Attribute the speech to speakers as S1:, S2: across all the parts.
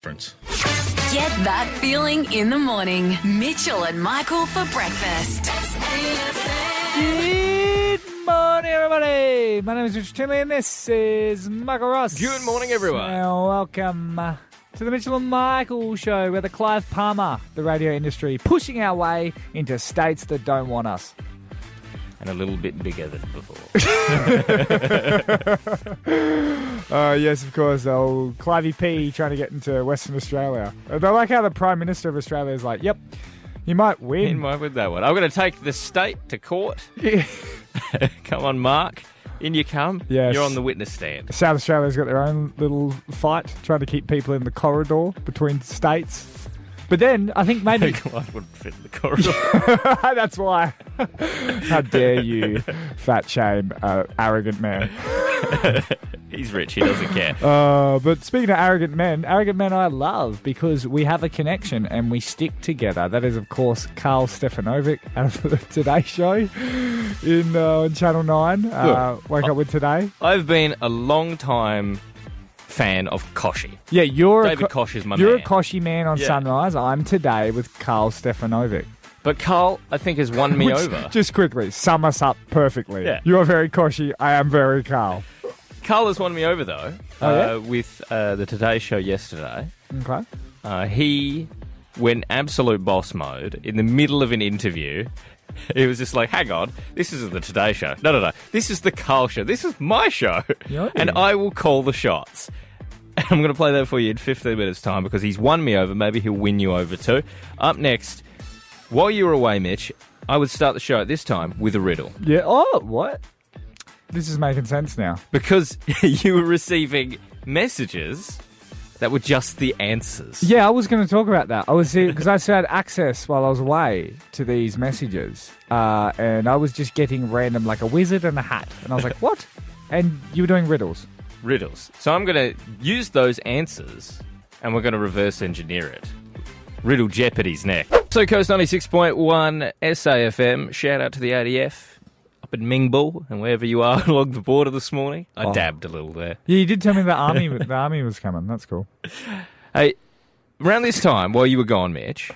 S1: difference.
S2: Get that feeling in the morning. Mitchell and Michael for breakfast.
S3: Good morning, everybody. My name is Richard Timley, and this is Michael Ross.
S4: Good morning, everyone.
S3: And welcome uh, to the Mitchell and Michael show, where the Clive Palmer, the radio industry, pushing our way into states that don't want us.
S4: And a little bit bigger than before.
S5: Uh, yes, of course. Old Clivey P trying to get into Western Australia. Uh, They like how the Prime Minister of Australia is like, "Yep, you might win."
S4: In mind with that one. I'm going to take the state to court. come on, Mark. In you come.
S5: Yes.
S4: You're on the witness stand.
S5: South Australia's got their own little fight trying to keep people in the corridor between states. But then I think maybe
S4: Clive wouldn't fit in the corridor.
S5: that's why. how dare you, fat shame, uh, arrogant man.
S4: He's rich. He doesn't care.
S5: Uh, but speaking of arrogant men, arrogant men I love because we have a connection and we stick together. That is, of course, Carl Stefanovic out of the Today Show in uh, on Channel Nine. Uh, wake up with today.
S4: I've been a long time fan of Koshi.
S5: Yeah, you're
S4: David
S5: a co-
S4: Kosh is my
S5: you're
S4: man.
S5: a Koshy man on
S4: Yeah.
S5: Sunrise. I'm today with Carl Stefanovic.
S4: But Carl, I think, has won me
S5: Which,
S4: over.
S5: Just quickly, sum us up perfectly.
S4: Yeah.
S5: You're very Koshy. I am very Carl.
S4: Carl has won me over, though,
S5: Oh, yeah?
S4: uh, with uh, the Today Show yesterday.
S5: Okay.
S4: Uh, he went absolute boss mode in the middle of an interview. It was just like, hang on, this isn't the Today Show. No, no, no. This is the Carl Show. This is my show.
S5: Yeah.
S4: And I will call the shots. And I'm going to play that for you in 15 minutes' time because he's won me over. Maybe he'll win you over too. Up next, while you were away, Mitch, I would start the show at this time with a riddle
S5: Yeah. Oh, what? This is making sense now.
S4: because you were receiving messages that were just the answers.
S5: Yeah, I was going to talk about that. I was because I still had access while I was away to these messages, uh, and I was just getting random like a wizard and a hat, and I was like, "What?" And you were doing riddles.
S4: riddles. So I'm going to use those answers and we're going to reverse engineer it. Riddle Jeopardy's next. So Coast 96.1 SAFM, shout out to the ADF up in Mingbull and wherever you are along the border this morning. I
S5: Oh.
S4: dabbed a little there.
S5: Yeah, you did tell me the army the army was coming. That's cool.
S4: Hey, around this time, while you were gone, Mitch,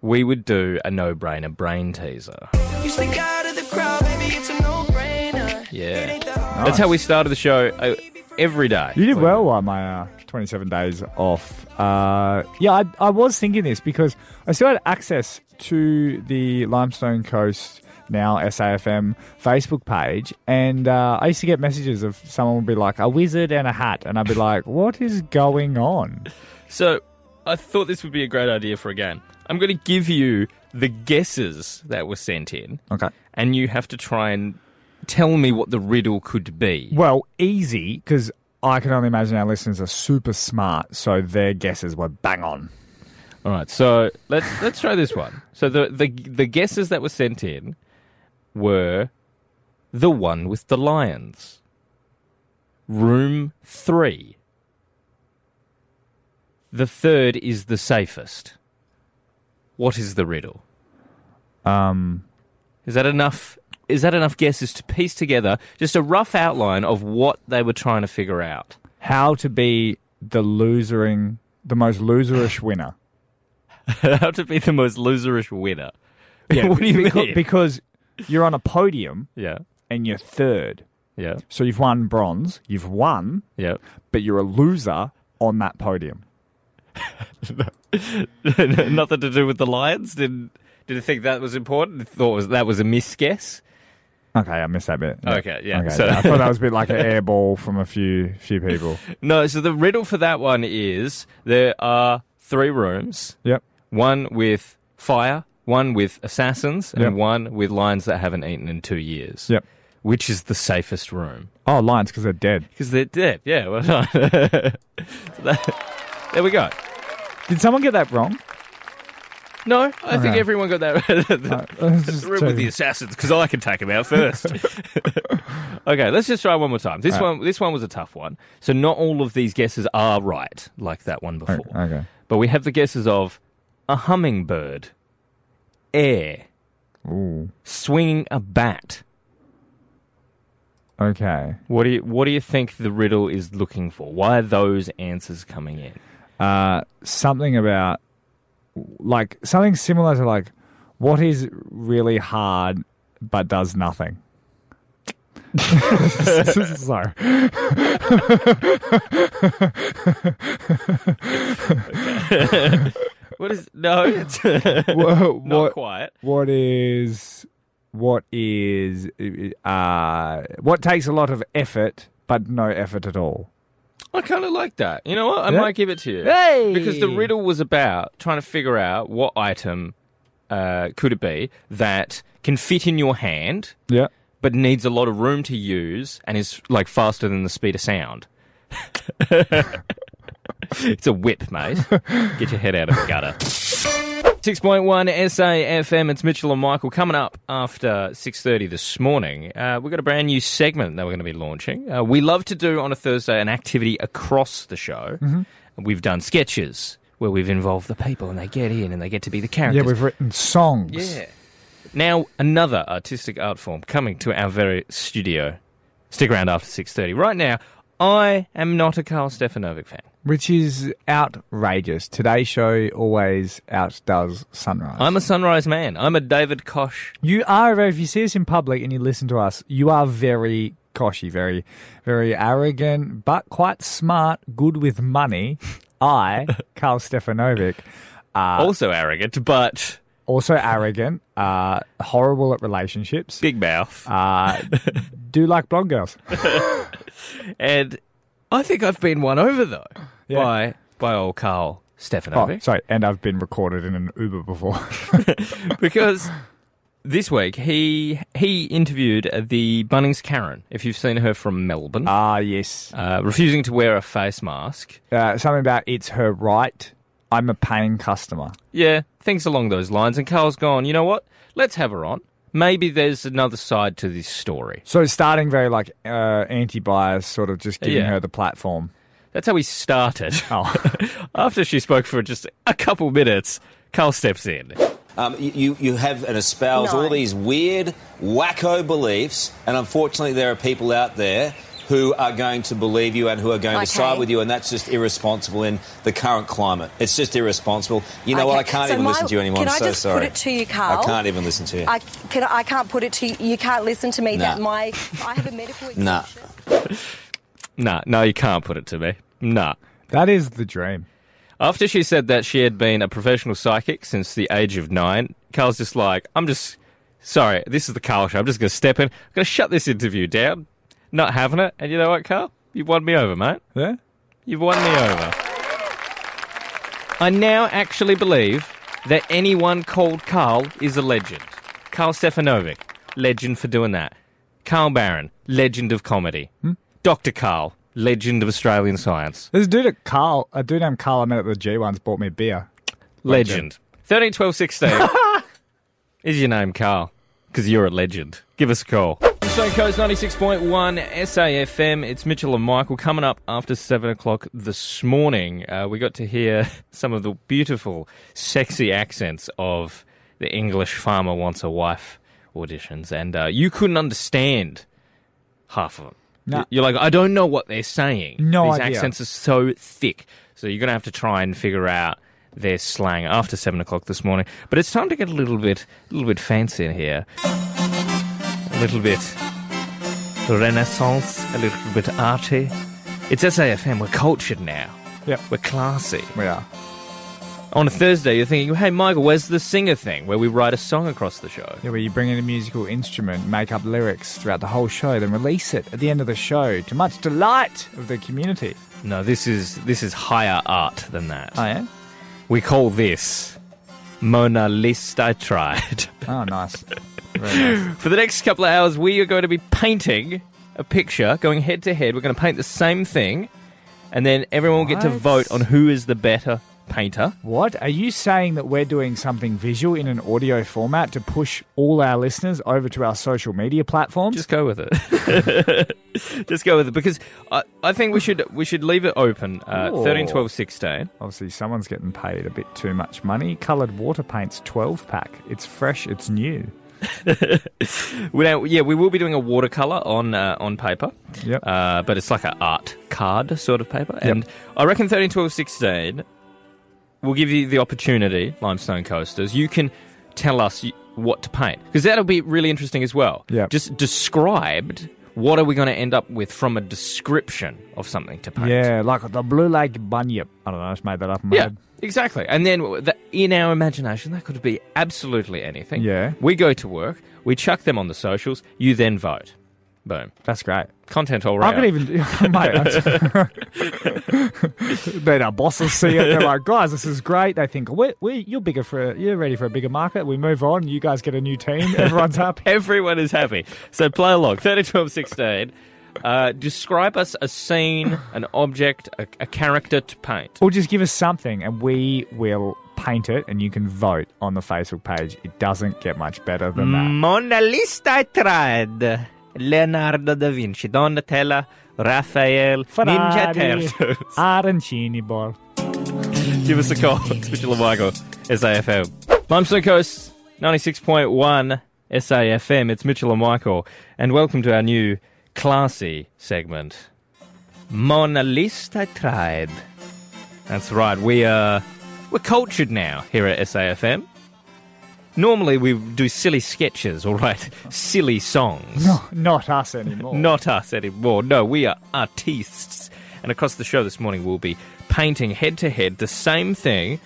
S4: we would do a no-brainer brain teaser.
S6: You stick out of the crowd, baby, it's a no-brainer. It
S4: Yeah.
S6: ain't the hard
S4: That's how we started the show uh, every day.
S5: You did well on my uh, 27 days off. Uh, yeah, I, I was thinking this because I still had access to the Limestone Coast now SAFM Facebook page, and uh, I used to get messages of someone would be like a wizard and a hat, and I'd be like, "What is going on?"
S4: So I thought this would be a great idea for a game. I'm going to give you the guesses that were sent in,
S5: Okay.
S4: and you have to try and tell me what the riddle could be.
S5: Well, easy because I can only imagine our listeners are super smart, so their guesses were bang on.
S4: All right, so let's let's try this one. So the the the guesses that were sent in were the one with the lions, room three. The third is the safest. What is the riddle?
S5: Um,
S4: Is that enough? Is that enough guesses to piece together just a rough outline of what they were trying to figure out?
S5: how to be the losering, the most loserish winner.
S4: How to be the most loserish winner? what do you
S5: Becau-
S4: mean?
S5: Because you're on a podium
S4: yeah,
S5: and you're third.
S4: yeah,
S5: So you've won bronze, you've won,
S4: yeah.
S5: but you're a loser on that podium.
S4: Nothing to do with the lions. Did did it think that was important? It Thought was that was a misguess.
S5: Okay, I missed that bit.
S4: Okay, yeah,
S5: Okay,
S4: so-
S5: yeah, I thought that was a bit like an air ball from a few few people.
S4: No. So the riddle for that one is there are three rooms:
S5: Yep.
S4: one with fire, one with assassins, and
S5: Yep.
S4: one with lions that haven't eaten in two years.
S5: Yep.
S4: Which is the safest room?
S5: Oh, lions because they're dead.
S4: Because they're dead. Yeah, well done. So that- there we go.
S5: Did someone get that wrong?
S4: No, I think
S5: Okay.
S4: everyone got that.
S5: Uh,
S4: the, the room with the assassins, because I can take them out first. okay, let's just try one more time. This one, this one was a tough one. So not all of these guesses are right, like that one before.
S5: Okay.
S4: But we have the guesses of a hummingbird, air,
S5: Ooh.
S4: swinging a bat.
S5: Okay.
S4: What do you What do you think the riddle is looking for? Why are those answers coming in?
S5: uh, something about like something similar to like what is really hard but does nothing. Sorry.
S4: What is no? It's not
S5: What, what,
S4: quiet.
S5: what is what is uh, what takes a lot of effort but no effort at all?
S4: I kind of like that. You know what? I
S5: Yeah?
S4: might give it to you.
S5: Hey!
S4: Because the riddle was about trying to figure out what item uh, could it be that can fit in your hand
S5: Yeah.
S4: but needs a lot of room to use and is like faster than the speed of sound. it's a whip, mate. Get your head out of the gutter. 6.1 SAFM, it's Mitchell and Michael coming up after 6.30 this morning. Uh, we've got a brand new segment that we're going to be launching. Uh, we love to do on a Thursday an activity across the show. We've done sketches where we've involved the people and they get in and they get to be the
S5: Yeah,
S4: characters.
S5: we've written songs.
S4: Yeah. Now another artistic art form coming to our very studio. Stick around after six thirty. Right now, I am not a Carl Stefanovic fan.
S5: Which is outrageous. Today's show always outdoes sunrise.
S4: I'm a Sunrise man. I'm a David Koch.
S5: you are, if you see us in public and you listen to us, you are very coshy, very, very arrogant, but quite smart, good with money. I, Carl Stefanovic, Ah.
S4: also arrogant, but
S5: also arrogant, uh, horrible at relationships,
S4: big mouth.
S5: uh, do like blonde girls.
S4: and I think I've been won over though
S5: Yeah.
S4: by by old Carl
S5: Oh,
S4: Stefanovic
S5: sorry, and I've been recorded in an Uber before.
S4: because. This week he he interviewed uh, the Bunnings Karen, if you've seen her from Melbourne,
S5: ah, yes.
S4: uh, refusing to wear a face mask.
S5: Uh, something about it's her right. I'm a paying customer.
S4: Yeah, things along those lines. And Carl's gone, you know what? Let's have her on. Maybe there's another side to this story.
S5: So starting very like uh, anti-bias, sort of just giving
S4: Yeah.
S5: her the platform.
S4: That's how we started.
S5: Oh,
S4: After she spoke for just a couple minutes, Carl steps in.
S1: Um, you- you, you have and espouse all these weird, wacko beliefs, and unfortunately, there are people out there who are going to believe you and who are going to side with you, and that's just irresponsible in the current climate. It's just irresponsible. You know what? I
S7: Okay,
S1: can't
S7: so
S1: even
S7: my-
S1: listen to you anymore.
S7: can
S1: I'm
S7: I
S1: so
S7: just put
S1: sorry.
S7: it to you, Carl?
S1: I can't even listen to you.
S7: I can I can't put it to you. You can't listen to me. That
S1: Nah.
S7: my I have a medical exemption.
S1: Nah.
S4: Nah, no, you can't put it to me. Nah.
S5: that is the dream.
S4: After she said that she had been a professional psychic since the age of nine, Carl's just like, I'm just sorry, this is the Carl show. I'm just going to step in. I'm going to shut this interview down. Not having it. And you know what, Carl? You've won me over, mate.
S5: Yeah.
S4: You've won me over. I now actually believe that anyone called Carl is a legend. Carl Stefanovic, legend for doing that. Carl Barron, legend of comedy. Dr. Carl, legend of Australian science.
S5: There's a dude at Carl, a dude named Carl I met at the G once bought me beer.
S4: Legend. 13, 12, 16. is your name Carl? Because you're a legend. Give us a call. So Coast 96.1 SAFM, it's Mitchell and Michael coming up after 7 o'clock this morning. Uh, we got to hear some of the beautiful, sexy accents of the English Farmer Wants a Wife auditions, and uh, you couldn't understand half of them.
S5: No.
S4: You're like, I don't know what they're saying.
S5: No
S4: These
S5: idea.
S4: accents are so thick. So you're going to have to try and figure out their slang after 7 o'clock this morning. But it's time to get a little bit, a little bit fancy in here. A little bit renaissance, a little bit arty. It's SAFM. We're cultured now.
S5: Yep.
S4: We're classy.
S5: We are.
S4: On a Thursday, you're thinking, hey, Michael, where's the singer thing where we write a song across the show?
S5: Yeah, where you bring in a musical instrument, make up lyrics throughout the whole show, then release it at the end of the show to much delight of the community.
S4: No, this is this is higher art than that.
S5: Oh yeah?
S4: We call this Mona Lisa Tried.
S5: Oh nice. Very nice.
S4: For the next couple of hours, we are going to be painting a picture, going head to head. We're going to paint the same thing, and then everyone will get to
S5: What?
S4: vote on who is the better painter.
S5: What? Are you saying that we're doing something visual in an audio format to push all our listeners over to our social media platforms?
S4: Just go with it. Just go with it because I, I think we should we should leave it open. Uh,
S5: Ooh.
S4: 13, 12, 16.
S5: Obviously, someone's getting paid a bit too much money. Coloured water paints 12 pack. It's fresh, it's new.
S4: We don't, yeah, we will be doing a watercolor on uh, on paper.
S5: Yep.
S4: Uh, but it's like an art card sort of paper. And I reckon 13, 12, 16 we'll give you the opportunity, Limestone Coasters. You can tell us y- what to paint because that'll be really interesting as well.
S5: Yeah.
S4: Just described. What are we going to end up with from a description of something to paint?
S5: Yeah, like the Blue Lake Bunyip. I don't know, I just made that up in my
S4: Yeah,
S5: head.
S4: exactly. And then w- the, in our imagination, that could be absolutely anything.
S5: Yeah.
S4: We go to work, we chuck them on the socials, you then vote. Boom.
S5: That's great.
S4: Content all
S5: I
S4: right.
S5: could even, mate. I'm- Then our bosses see it. They're like, guys, this is great. They think we, we, you're bigger for, you're ready for a bigger market. We move on. You guys get a new team. Everyone's happy.
S4: Everyone is happy. So play along. 30, 12, 16. Uh, describe us a scene, an object, a, a character to paint.
S5: Or just give us something, and we will paint it, and you can vote on the Facebook page. It doesn't get much better than that.
S4: Mona Lisa tried. Leonardo da Vinci, Donatello, Raphael, Ninja
S5: Ferrari,
S4: Turtles.
S5: Arancini ball.
S4: Give us a call. It's Mitchell and Michael, SAFM. Limestone Coast 96.1 SAFM. It's Mitchell and Michael. And welcome to our new classy segment, Mona Lisa Tried. That's right. We are we're cultured now here at SAFM. Normally we do silly sketches or write silly songs.
S5: Not us anymore.
S4: Not us anymore. No, we are artists. And across the show this morning, we'll be painting head to head the same thing.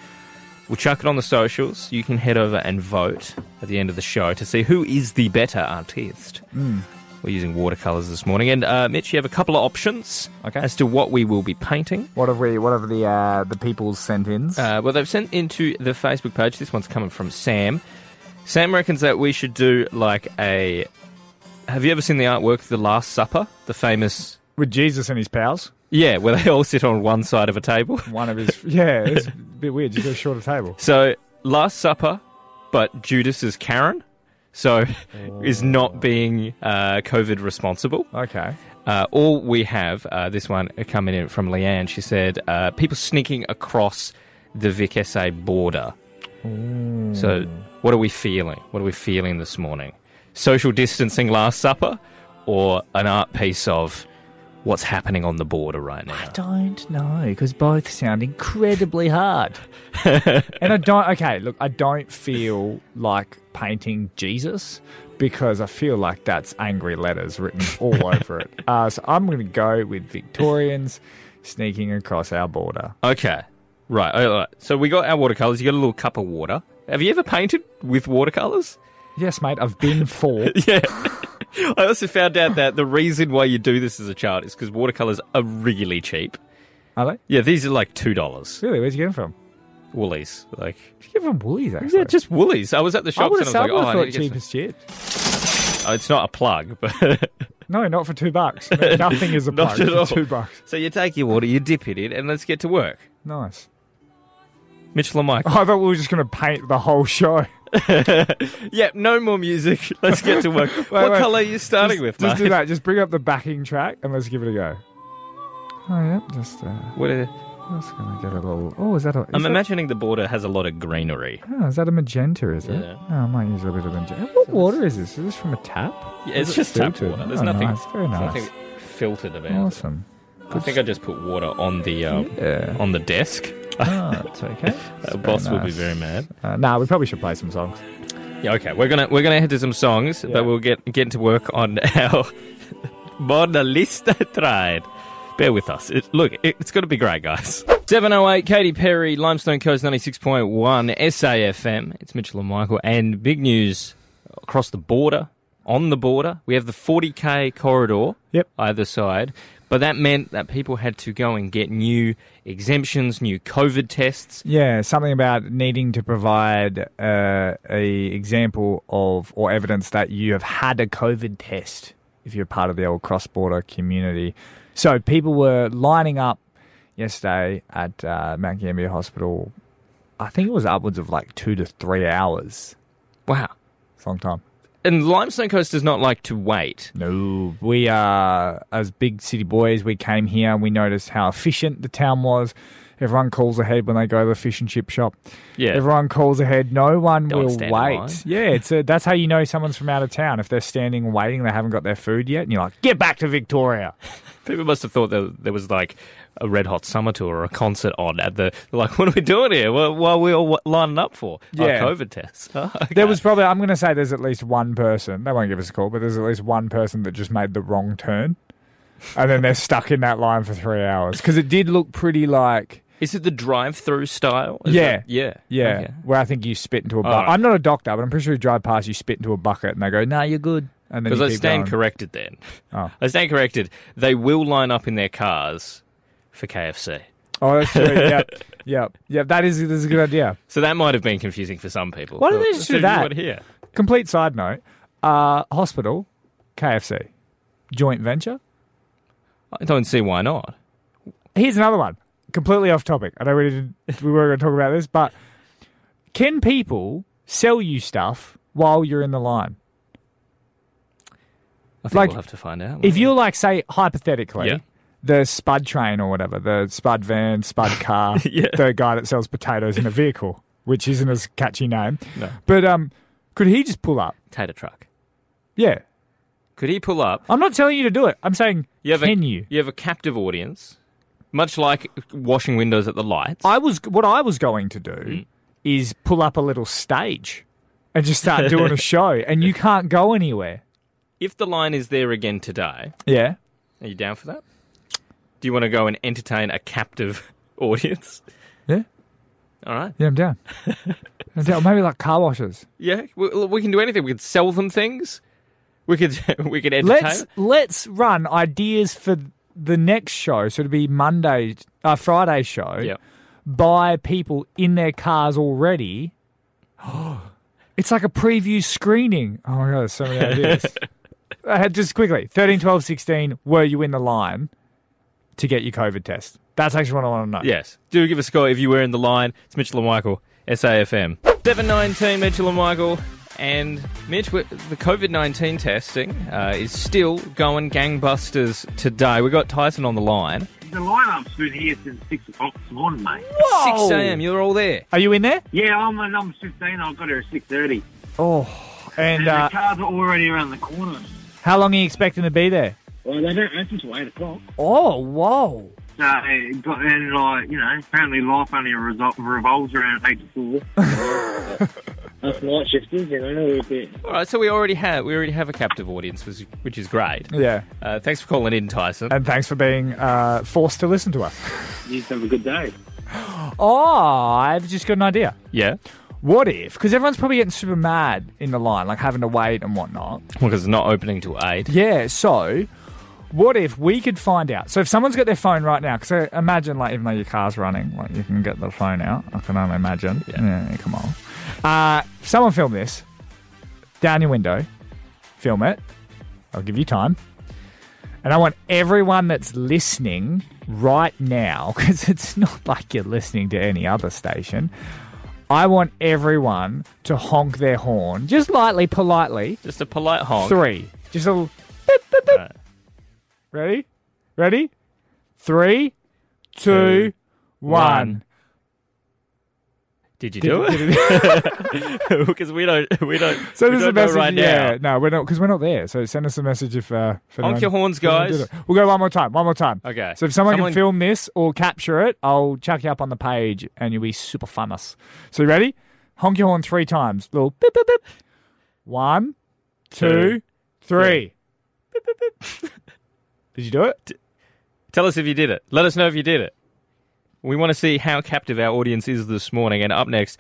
S4: We'll chuck it on the socials. You can head over and vote at the end of the show to see who is the better artist. We're using watercolours this morning. And uh, Mitch, you have a couple of options
S5: Okay.
S4: as to what we will be painting.
S5: What have we? What have the uh, the people's sent ins?
S4: Uh, well, they've sent into the Facebook page. This one's coming from Sam. Sam reckons that we should do like a. Have you ever seen the artwork, The Last Supper? The famous
S5: With Jesus and his pals.
S4: Yeah, where they all sit on one side of a table.
S5: One of his. yeah, it's a bit weird. Just a shorter table.
S4: So, Last Supper, but Judas is Karen, so is not being uh, COVID responsible.
S5: Okay.
S4: Uh, all we have, uh, this one coming in from Leanne, she said, uh, people sneaking across the Vic SA border. So, what are we feeling? What are we feeling this morning? Social distancing Last Supper or an art piece of what's happening on the border right now?
S5: Don't know because both sound incredibly hard. and I don't. Okay, look, I don't feel like painting Jesus because I feel like that's angry letters written all over it. Uh, so I'm going to go with Victorians sneaking across our border.
S4: Okay. Right. All right. So we got our watercolors. You got a little cup of water. Have you ever painted with watercolors?
S5: Yes, mate, I've been for.
S4: Yeah. I also found out that the reason why you do this as a child is because watercolors are really cheap.
S5: Are they?
S4: Yeah, these are like two dollars.
S5: Really? Where'd you get them from?
S4: Woolies, like
S5: Did you get them from Woolies, actually?
S4: yeah, just Woolies. I was at the
S5: I
S4: shops
S5: would
S4: and I
S5: have
S4: was like, oh, I
S5: thought
S4: need to get
S5: cheapest shit.
S4: some- oh, it's not a plug, but
S5: No, not for two bucks. No, nothing is a
S4: Not
S5: plug
S4: at
S5: for
S4: all.
S5: two bucks.
S4: so you take your water, you dip it in, and let's get to work. Oh.
S5: Nice. Oh,
S4: Mitchell and Michael.
S5: I thought we were just going to paint the whole show.
S4: yeah, no more music. Let's get to work. what
S5: wait.
S4: color are you starting
S5: just,
S4: with,
S5: just
S4: mate?
S5: do that. Just bring up the backing track and let's give it a go. Oh, yep. Just, uh,
S4: What are-
S5: just going to get a little. Oh, is that a. Is
S4: I'm
S5: that,
S4: imagining the border has a lot of greenery.
S5: oh, is that a magenta, is it?
S4: Yeah.
S5: Oh, I might use a bit of magenta. What water is this? Is this from a tap?
S4: Yeah,
S5: Or
S4: it's
S5: is it
S4: just tap
S5: filtered?
S4: water. There's
S5: Oh,
S4: nothing.
S5: Nice. Very
S4: there's
S5: nice. Oh,
S4: Nothing filtered about. it.
S5: Awesome.
S4: I think I just put water on the um,
S5: Yeah.
S4: on the desk.
S5: Oh, it's okay. It's
S4: Our
S5: very
S4: boss will be
S5: nice.
S4: very mad.
S5: Uh, nah, we probably should play some songs.
S4: Yeah. Okay. We're gonna we're gonna head to some songs,
S5: Yeah.
S4: but we'll get get to work on our Mona Lisa tried. Bear with us. It, look, it, it's going to be great, guys. 708, Katy Perry, Limestone Coast 96.1, SAFM. It's Mitchell and Michael. And big news across the border, on the border. We have the 40K corridor
S5: Yep.
S4: either side. But that meant that people had to go and get new exemptions, new COVID tests.
S5: Yeah, something about needing to provide uh, a example of or evidence that you have had a COVID test if you're part of the old cross border community. So people were lining up yesterday at uh, Mount Gambier Hospital. I think it was upwards of like two to three hours.
S4: Wow.
S5: It's a long time.
S4: And Limestone Coast does not like to wait.
S5: No, uh, we are as big city boys. We came here and we noticed how efficient the town was, Everyone calls ahead when they go to the fish and chip shop.
S4: Yeah.
S5: Everyone calls ahead. No one
S4: Don't
S5: will
S4: stand in line.
S5: wait. Yeah, it's a, that's how you know someone's from out of town. If they're standing and waiting, they haven't got their food yet, and you're like, get back to Victoria.
S4: People must have thought that there was like a Red Hot Summer tour or a concert on at the. They're like, what are we doing here? What, what are we all lining up for?
S5: Yeah.
S4: Oh, COVID tests. Oh, okay.
S5: There was probably, I'm going to say there's at least one person, they won't give us a call, but there's at least one person that just made the wrong turn. And then they're stuck in that line for three hours. Because it did look pretty like,
S4: Is it the drive-through style? Is
S5: Yeah.
S4: that- yeah.
S5: yeah,
S4: Okay.
S5: where I think you spit into a bucket.
S4: Alright.
S5: I'm not a doctor, but I'm pretty sure you drive past, you spit into a bucket, and they go, nah, you're good. And then
S4: Because
S5: you
S4: I
S5: keep
S4: stand
S5: going.
S4: corrected then.
S5: Oh.
S4: I stand corrected. They will line up in their cars for KFC.
S5: Oh, that's true. yep. Yep. Yep. That is, that's a good idea.
S4: So that might have been confusing for some people.
S5: Why don't they just do
S4: So you
S5: that?
S4: would hear.
S5: Complete side note uh, hospital, KFC, joint venture.
S4: I don't see why not.
S5: Here's another one. Completely off topic. I know we didn't, we were going to talk about this, but can people sell you stuff while you're in the line?
S4: I think
S5: Like,
S4: we'll have to find out.
S5: If you're like, say, hypothetically,
S4: Mm. Yeah.
S5: the Spud train or whatever, the Spud van, Spud car,
S4: Yeah.
S5: the guy that sells potatoes in a vehicle, which isn't as catchy name,
S4: No.
S5: but um, could he just pull up?
S4: Tater truck.
S5: Yeah.
S4: Could he pull up?
S5: I'm not telling you to do it. I'm saying,
S4: You have
S5: can
S4: a,
S5: you?
S4: have a captive audience, much like washing windows at the lights.
S5: I was what I was going to do is pull up a little stage and just start doing a show, and you can't go anywhere.
S4: if the line is there again today,
S5: Yeah.
S4: are you down for that? Do you want to go and entertain a captive audience?
S5: Yeah.
S4: All right.
S5: Yeah, I'm down. I'm down. Maybe like car washes.
S4: Yeah, we, we can do anything. We could sell them things. We could we could entertain.
S5: Let's let's run ideas for the next show. So it'd be Monday, uh, Friday show
S4: Yeah.
S5: by people in their cars already. it's like a preview screening. Oh my god, there's so many ideas. uh, just quickly, 13, 12, 16, Were you in the line to get your COVID test? That's actually what I want to know.
S4: Yes. Do give us a call if you were in the line. It's Mitchell and Michael, SAFM. 719 Mitchell and Michael. And Mitch, we- the COVID 19 testing uh, is still going gangbusters today. We've got Tyson on the line.
S8: The lineup's been here since six o'clock this morning, mate.
S5: Oh.
S4: 6 a.m. You're all there.
S5: Are you in there?
S8: Yeah, I'm a number fifteen. I got here at six thirty,
S5: Oh, and
S8: and
S5: uh,
S8: the cars are already around the corner.
S5: how long are you expecting to be there?
S8: Well, they don't open till eight o'clock.
S5: Oh, whoa.
S8: So, it got, and like you know, apparently life only resol- revolves around eight to four. Us night shifters, you know, we're a bit.
S4: All right, so we already have we already have a captive audience, which, which is great.
S5: Yeah.
S4: Uh, thanks for calling in, Tyson.
S5: And thanks for being uh, forced to listen to us.
S8: You just have a good day.
S5: Oh, I've just got an idea.
S4: yeah,
S5: What if? Because everyone's probably getting super mad in the line, like having to wait and whatnot.
S4: because it's not opening till eight.
S5: Yeah, so what if we could find out? So if someone's got their phone right now, because imagine, like, even though your car's running, like, you can get the phone out. I can only imagine. Yeah, come on. Uh, someone film this. Down your window. Film it. I'll give you time. And I want everyone that's listening right now, because it's not like you're listening to any other station. I want everyone to honk their horn, just lightly, politely,
S4: Just a polite honk.
S5: Three. Just a little beep, beep, beep. Ready? Ready? Three,
S4: Two,
S5: two, one.
S4: Did you do it? Because we don't we don't.
S5: So
S4: we
S5: there's
S4: don't
S5: a message.
S4: know right
S5: yeah,
S4: now.
S5: no, we're not because we're not there. So send us a message if. Uh, if
S4: Honk
S5: anyone-
S4: your horns,
S5: if anyone
S4: guys.
S5: did it. We'll go one more time. One more time.
S4: Okay.
S5: So if someone,
S4: Someone-
S5: can film this or capture it, I'll chuck you up on the page and you'll be super famous. So you ready? Honk your horn three times. Little beep, beep, beep. One, two,
S4: Two,
S5: three. Beep, beep, beep. Did you do it?
S4: Tell us if you did it. Let us know if you did it. We want to see how captive our audience is this morning. And up next,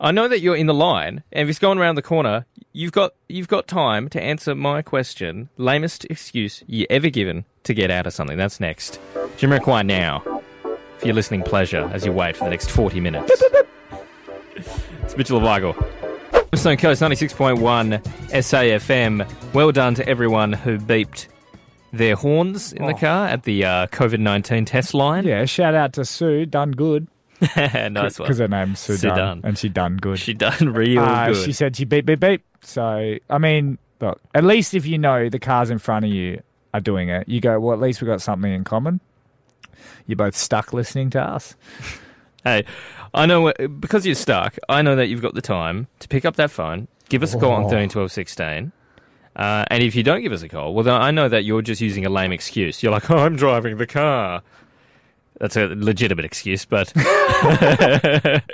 S4: I know that you're in the line, and if it's going around the corner, you've got you've got time to answer my question: lamest excuse you ever given to get out of something. That's next. Jamiroquai now for your listening pleasure as you wait for the next forty minutes. it's Mitchell Weigel. Stone Coast 96.1 SAFM. Well done to everyone who beeped their horns in the car at the uh, COVID 19 test line.
S5: Yeah, shout out to Sue, done good.
S4: nice one.
S5: Because her name's Sue,
S4: Sue
S5: Dunn,
S4: Dunn.
S5: and she done good.
S4: She done real
S5: Uh,
S4: good.
S5: She said she beep, beep, beep. So, I mean, look, at least if you know the cars in front of you are doing it, you go, well, at least we got something in common. you're both stuck listening to us.
S4: Hey, I know because you're stuck. I know that you've got the time to pick up that phone, give us a call on thirteen twelve sixteen. Uh, and if you don't give us a call, well, then I know that you're just using a lame excuse. You're like, oh, I'm driving the car. That's a legitimate excuse, but but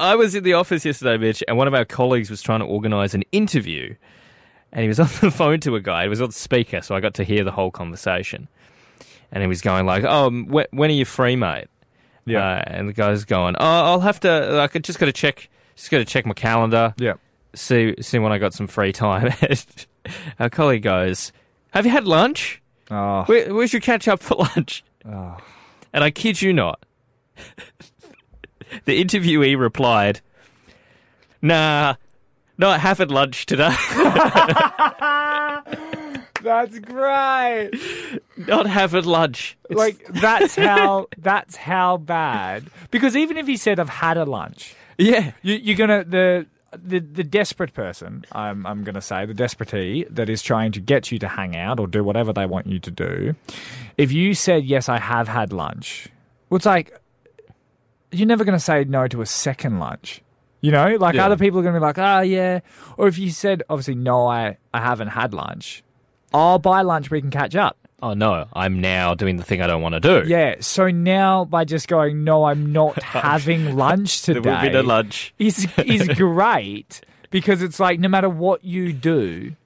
S4: I was in the office yesterday, Mitch, and one of our colleagues was trying to organise an interview, and he was on the phone to a guy. It was on speaker, so I got to hear the whole conversation, and he was going like, "Oh, when, when are you free, mate?"
S5: Yeah.
S4: Uh, and the guy's going, "Oh, I'll have to. Like, I just got to check. Just got to check my calendar.
S5: Yeah.
S4: See, see when I got some free time." And Our colleague goes, "Have you had lunch?
S5: Oh,
S4: Where, where's your catch up for lunch?" Ah. And I kid you not, the interviewee replied, "Nah, not having lunch today.
S5: that's great.
S4: not having lunch." It's-
S5: Like that's how that's how bad. Because even if he said I've had a lunch,
S4: yeah,
S5: you, you're gonna the. The, the desperate person, I'm, I'm going to say, the desperatee that is trying to get you to hang out or do whatever they want you to do, if you said, Yes, I have had lunch, well, it's like, you're never going to say no to a second lunch. You know, like
S4: Yeah.
S5: other people are going to be like, Oh, yeah. Or if you said, Obviously, no, I, I haven't had lunch, I'll buy lunch, we can catch up.
S4: Oh no, I'm now doing the thing I don't want to do.
S5: Yeah. So now by just going, no, I'm not having lunch today.
S4: there will be no lunch.
S5: Is is great because it's like no matter what you do,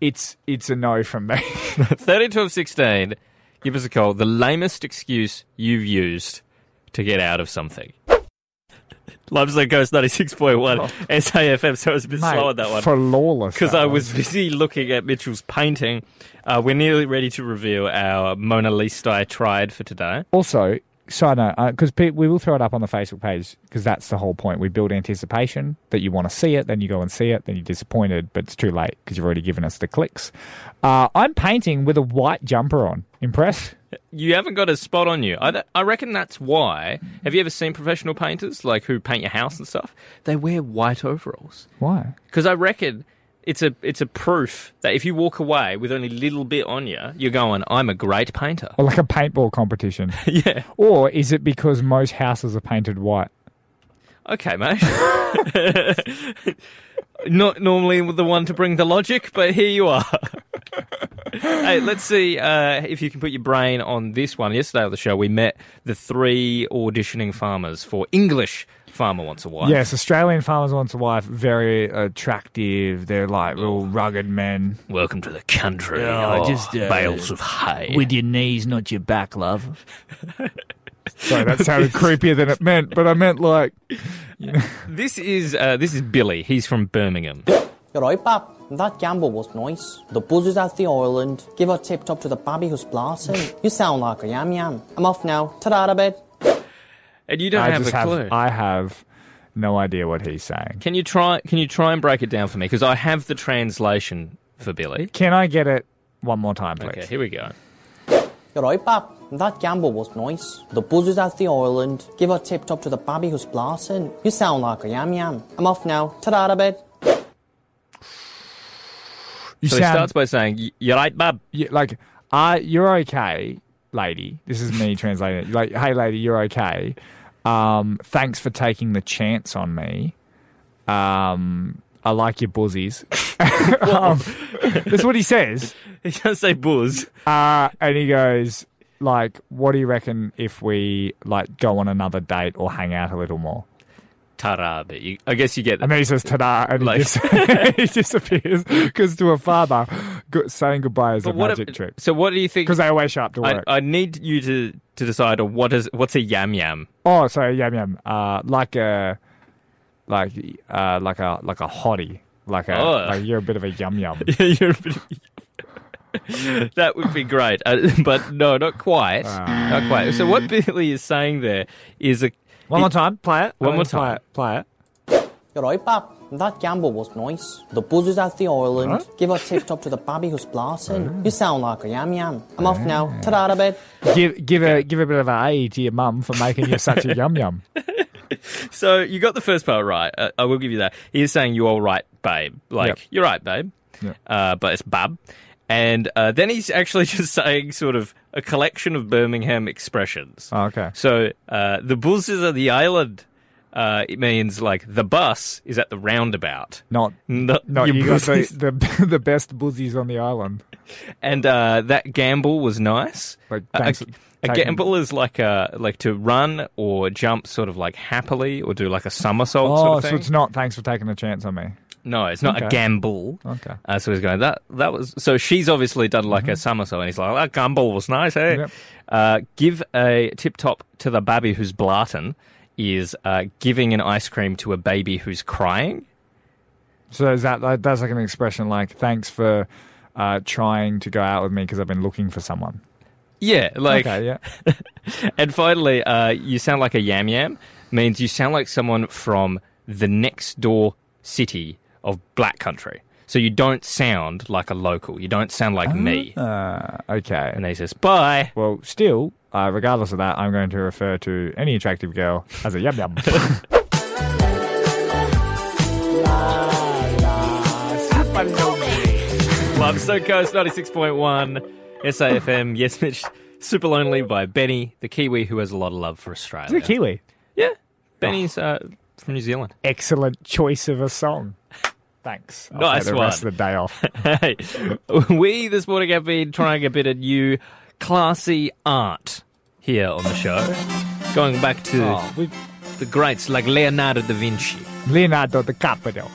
S5: it's it's a no from me.
S4: 13, 12, 16, give us a call. The lamest excuse you've used to get out of something. Limestone Coast 96.1, SAFM, so it was a bit slow on that one.
S5: Oh. For lawless.
S4: Because
S5: that
S4: I
S5: one.
S4: was busy looking at Mitchell's painting. Uh, we're nearly ready to reveal our Mona Lisa tried for today.
S5: also. Side note, because uh, pe we will throw it up on the Facebook page because that's the whole point. We build anticipation that you want to see it, then you go and see it, then you're disappointed, but it's too late because you've already given us the clicks. Uh, I'm painting with a white jumper on. Impressed?
S4: You haven't got a spot on you. I, th- I reckon that's why. Have you ever seen professional painters, like who paint your house and stuff? They wear white overalls.
S5: Why?
S4: because I reckon it's a it's a proof that if you walk away with only little bit on you, you're going, I'm a great painter.
S5: Or like a paintball competition.
S4: yeah.
S5: Or is it because most houses are painted white?
S4: Okay, mate. Not normally the one to bring the logic, but here you are. hey, let's see uh, if you can put your brain on this one. Yesterday on the show, we met the three auditioning farmers for English Farmer Wants a Wife.
S5: Yes, Australian farmers wants a wife. Very attractive. They're like real rugged men.
S4: Welcome to the country.
S5: Yeah,
S4: oh,
S5: just, uh,
S4: bales of hay.
S5: your knees, not your back, love. Sorry, that sounded creepier than it meant, but I meant like.
S4: This is uh, this is Billy. He's from Birmingham.
S9: Right, Bob. That gamble was nice. The buzzers at the island. Give a tip top to the babby who's blasting. you sound like a yam yam. I'm off now. Ta-da to bed.
S4: And you don't
S5: I
S4: have
S5: just
S4: a
S5: have.
S4: clue.
S5: I have no idea what he's saying.
S4: Can you try? Can you try and break it down for me? Because I have the translation for Billy.
S5: Can I get it one more time, please?
S4: Okay, here we go.
S9: Right, Bob. That gamble was nice. The buzzers at the island. Give a tip top to the babby who's blasting. You sound like a yam yam. I'm off now. Ta-da to bed.
S5: You
S4: So he starts by saying, "Y- "You're right, bub."
S5: you, like, uh, you're okay, lady. This is me translating it. Like, hey, lady, you're okay. Um, thanks for taking the chance on me. Um, I like your buzzies. um, that's what he says.
S4: He doesn't say "buzz."
S5: Uh, and he goes, like, what do you reckon if we, like, go on another date or hang out a little more?
S4: Ta-da! But you, I guess you get.
S5: And then he says, ta-da, and
S4: Like-
S5: he, dis- he disappears. Because to a farmer, go- saying goodbye is a
S4: But what
S5: magic
S4: ab-
S5: trick.
S4: So what do you think?
S5: Because they always show up to
S4: I,
S5: work.
S4: I need you to to decide on what is what's a yam yam.
S5: Oh, sorry, yum yum. Uh, like a, like uh, like a like a hottie. Like a
S4: Oh.
S5: like you're a bit of a yum yum.
S4: You're a bit of- that would be great, uh, but no, not quite,
S5: Ah.
S4: not quite. So what Billy is saying there is a
S5: One more time, play it.
S4: One
S5: I
S4: more
S5: want to play
S4: time.
S5: it. Play it.
S9: Right, Bob. That gamble was nice. The buzzers at the island. Give a tip top to the babby who's blasting. You sound like a yam yam. I'm off now. Ta-da to bed.
S5: Give give a give a bit of a a to your mum for making you such a yum yum.
S4: So you got the first part right. Uh, I will give you that. He is saying you're all right, babe. Like
S5: Yep.
S4: you're right, babe.
S5: Yep.
S4: Uh, but it's bab. And uh, then he's actually just saying sort of a collection of Birmingham expressions.
S5: Oh, okay.
S4: So uh, the buses are the island. Uh, it means like the bus is at the roundabout.
S5: Not,
S4: No,
S5: not
S4: your
S5: you got
S4: buses.
S5: the, the the best buzzies on the island.
S4: and uh, that gamble was nice.
S5: Like,
S4: A-
S5: thanks-
S4: a, a
S5: taking-
S4: gamble is like a like to run or jump, sort of like happily, or do like a somersault.
S5: Oh,
S4: sort of thing.
S5: so it's not thanks for taking a chance on me.
S4: No, it's not a
S5: Okay.
S4: gamble.
S5: Okay. Mm-hmm.
S4: Uh, so he's going that that was so she's obviously done like a somersault, and he's like that gamble was nice. Hey,
S5: Yep.
S4: uh, give a tip top to the baby who's blarting is uh, giving an ice cream to a baby who's crying.
S5: So is that like, that's like an expression like thanks for uh, trying to go out with me because I've been looking for someone.
S4: Yeah, like
S5: okay, yeah.
S4: and finally, uh, you sound like a yam yam means you sound like someone from the next door city of Black Country. So you don't sound like a local. You don't sound like me.
S5: Uh, okay.
S4: And he says bye.
S5: Well, still, uh, regardless of that, I'm going to refer to any attractive girl as a yum yum.
S4: Love So Coast 96.1 SAFM. Yes, Mitch. Super Lonely by Benny, the Kiwi who has a lot of love for Australia.
S5: the Kiwi. Oh.
S4: yeah. Benny's uh, from New Zealand.
S5: Excellent choice of a song. Thanks. I'll
S4: Nice
S5: take the
S4: one.
S5: rest of the day off.
S4: Hey, we this morning have been trying a bit of new classy art here on the show. Going back to
S5: Oh,
S4: the greats like Leonardo da Vinci.
S5: Leonardo DiCaprio.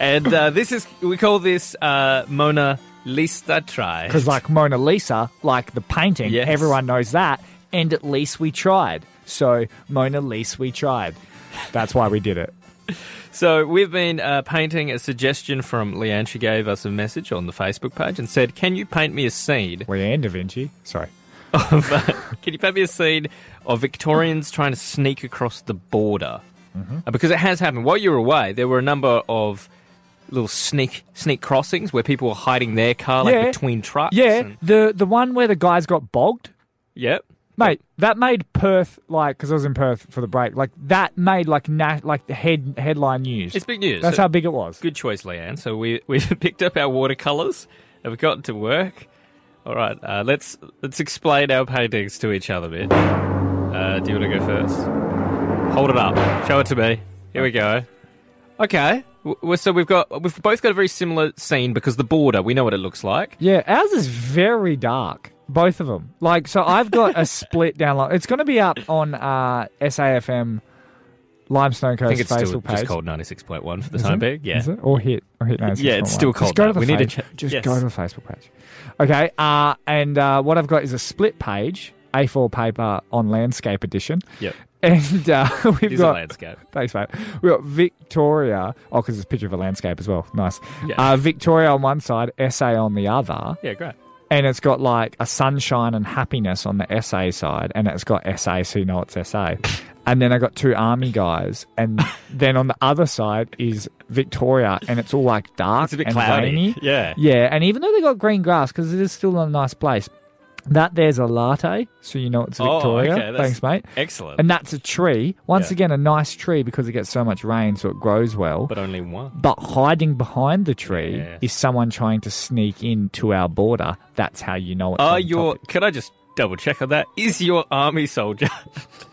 S4: And uh, this is, we call this uh, Mona Lisa try.
S5: Because, like Mona Lisa, like the painting,
S4: Yes.
S5: everyone knows that. And at least we tried. So, Mona Lisa, we tried. That's why we did it.
S4: So we've been uh, painting a suggestion from Leanne. She gave us a message on the Facebook page and said, "Can you paint me a scene?
S5: Leanne da Vinci. Sorry.
S4: Of, can you paint me a scene of Victorians trying to sneak across the border?
S5: Mm-hmm.
S4: Uh, because it has happened. While you were away, there were a number of little sneak sneak crossings where people were hiding their car like
S5: Yeah.
S4: between trucks.
S5: Yeah,
S4: and-
S5: the, the one where the guys got bogged.
S4: yep.
S5: Mate, that made Perth like because I was in Perth for the break. Like that made like na- like the head headline news.
S4: It's big news.
S5: That's
S4: So-
S5: how big it was.
S4: Good choice, Leanne. So we we've picked up our watercolors and we've gotten to work. All right, uh, let's let's explain our paintings to each other a bit. Uh, do you want to go first? Hold it up. Show it to me. Here we go. Okay. W- well, So we've got we've both got a very similar scene because the border. We know what it looks like.
S5: Yeah, ours is very dark. Both of them. Like so, I've got a split download. It's going to be up on uh, SAFM Limestone Coast
S4: I think it's
S5: Facebook
S4: still
S5: page.
S4: just called ninety six point one for the time being. Yeah.
S5: Is it? Or hit. Or hit 96.1.
S4: Yeah, it's still
S5: Just
S4: called
S5: go
S4: that.
S5: to the
S4: We need to
S5: face-
S4: check-
S5: Just
S4: yes.
S5: go to the Facebook page. Okay. Uh, and uh, what I've got is a split page, A4 paper on landscape edition.
S4: Yep.
S5: And uh, we've
S4: Here's a
S5: got
S4: landscape.
S5: Thanks, mate. We got Victoria. Oh, because it's a picture of a landscape as well. Nice.
S4: Yeah.
S5: Uh, Victoria on one side, SA on the other,
S4: Yeah, great.
S5: and it's got like a sunshine and happiness on the SA side, and it's got SA, so you know it's SA. and then I got two army guys, and then on the other side is Victoria, and it's all like dark
S4: It's a bit
S5: and
S4: cloudy.
S5: rainy.
S4: Yeah.
S5: Yeah, and even though they got green grass, because it is still a nice place. That there's a latte, so you know it's
S4: Oh,
S5: Victoria.
S4: okay, that's
S5: Thanks, mate.
S4: Excellent.
S5: And that's a tree. Once
S4: Yeah.
S5: again, a nice tree because it gets so much rain, so it grows well. But,
S4: but only one.
S5: hiding behind the tree
S4: Yeah.
S5: is someone trying to sneak in to our border. That's how you know it's.
S4: Are
S5: on
S4: your?
S5: topic.
S4: Can I just double check on that? Is your army soldier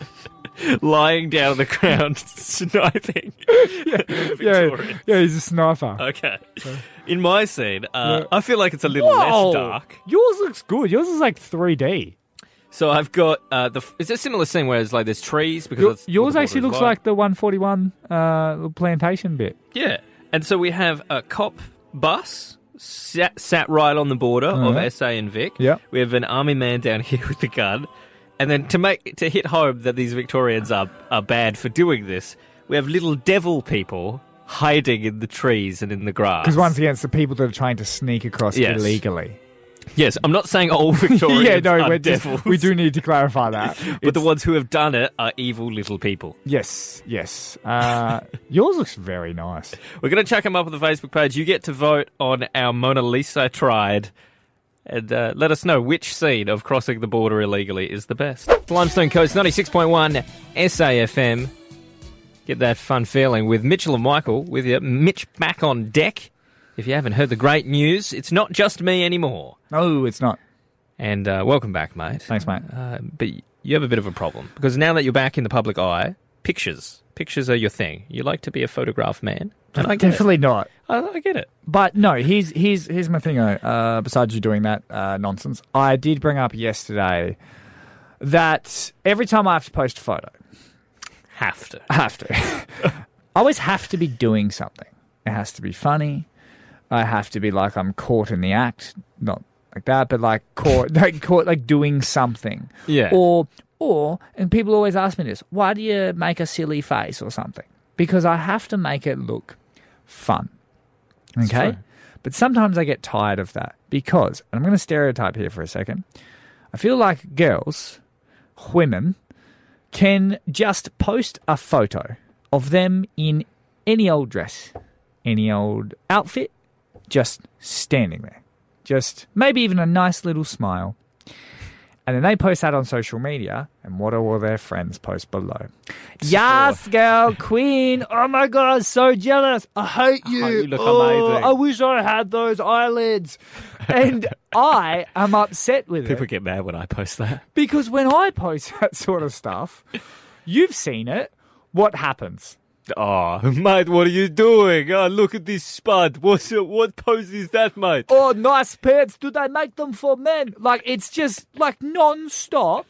S4: lying down on the ground sniping?
S5: Yeah,
S4: Victorians?
S5: yeah, he's a sniper.
S4: Okay. In my scene, uh,
S5: No.
S4: I feel like it's a little
S5: Whoa!
S4: less dark.
S5: Yours looks good. Yours is like 3D.
S4: So I've got uh, the. It's a similar scene where it's like there's trees because
S5: Your-
S4: it's-
S5: yours
S4: the water
S5: actually
S4: is
S5: looks
S4: low.
S5: like the 141 uh, plantation bit.
S4: yeah. And so we have a cop bus. Sat, sat right on the border
S5: Alright.
S4: of SA and Vic.
S5: Yeah.
S4: We have an army man down here with the gun. And then to make to hit home that these Victorians are are bad for doing this, we have little devil people hiding in the trees and in the grass.
S5: Because once again, it's the people that are trying to sneak across
S4: Yes.
S5: illegally.
S4: yes, I'm not saying all Victorians
S5: yeah, no,
S4: are
S5: we're just-
S4: devils,
S5: we do need to clarify that.
S4: but the
S5: It's-
S4: ones who have done it are evil little people.
S5: Yes, yes. Uh, yours looks very nice.
S4: We're going to chuck them up on the Facebook page. You get to vote on our Mona Lisa tried. And uh, let us know which scene of crossing the border illegally is the best. Limestone Coast 96.1 SAFM. Get that fun feeling with Mitchell and Michael with you. Mitch back on deck. If you haven't heard the great news, it's not just me anymore.
S5: No, it's not.
S4: And uh, welcome back, mate.
S5: Thanks, mate.
S4: Uh, but you have a bit of a problem because now that you're back in the public eye, pictures, pictures are your thing. You like to be a photograph man, and I get
S5: Definitely not.
S4: It. I, I get it.
S5: But no, here's here's here's my thing. though, Uh, besides you doing that uh, nonsense, I did bring up yesterday that every time I have to post a photo,
S4: Have to.
S5: I have to. I always have to be doing something. It has to be funny. I have to be like I'm caught in the act, not like that, but like caught, like caught, like doing something.
S4: Yeah.
S5: Or or and people always ask me this: Why do you make a silly face or something? Because I have to make it look fun. Okay.
S4: true.
S5: But sometimes I get tired of that because, and I'm going to stereotype here for a second. I feel like girls, women, can just post a photo of them in any old dress, any old outfit, just standing there. Just maybe even a nice little smile. And then they post that on social media, and what do all their friends post below? Yes, girl, queen. Oh my god, so jealous. I hate you.
S4: you look
S5: Oh,
S4: amazing."
S5: I wish I had those eyelids. And I am upset with it.
S4: People get mad when I post that.
S5: Because when I post that sort of stuff, you've seen it. What happens?
S4: Oh, mate, what are you doing? Oh, look at this spud. What's it, what pose is that, mate?
S5: Oh, nice pants. Do they make them for men? Like, it's just like non stop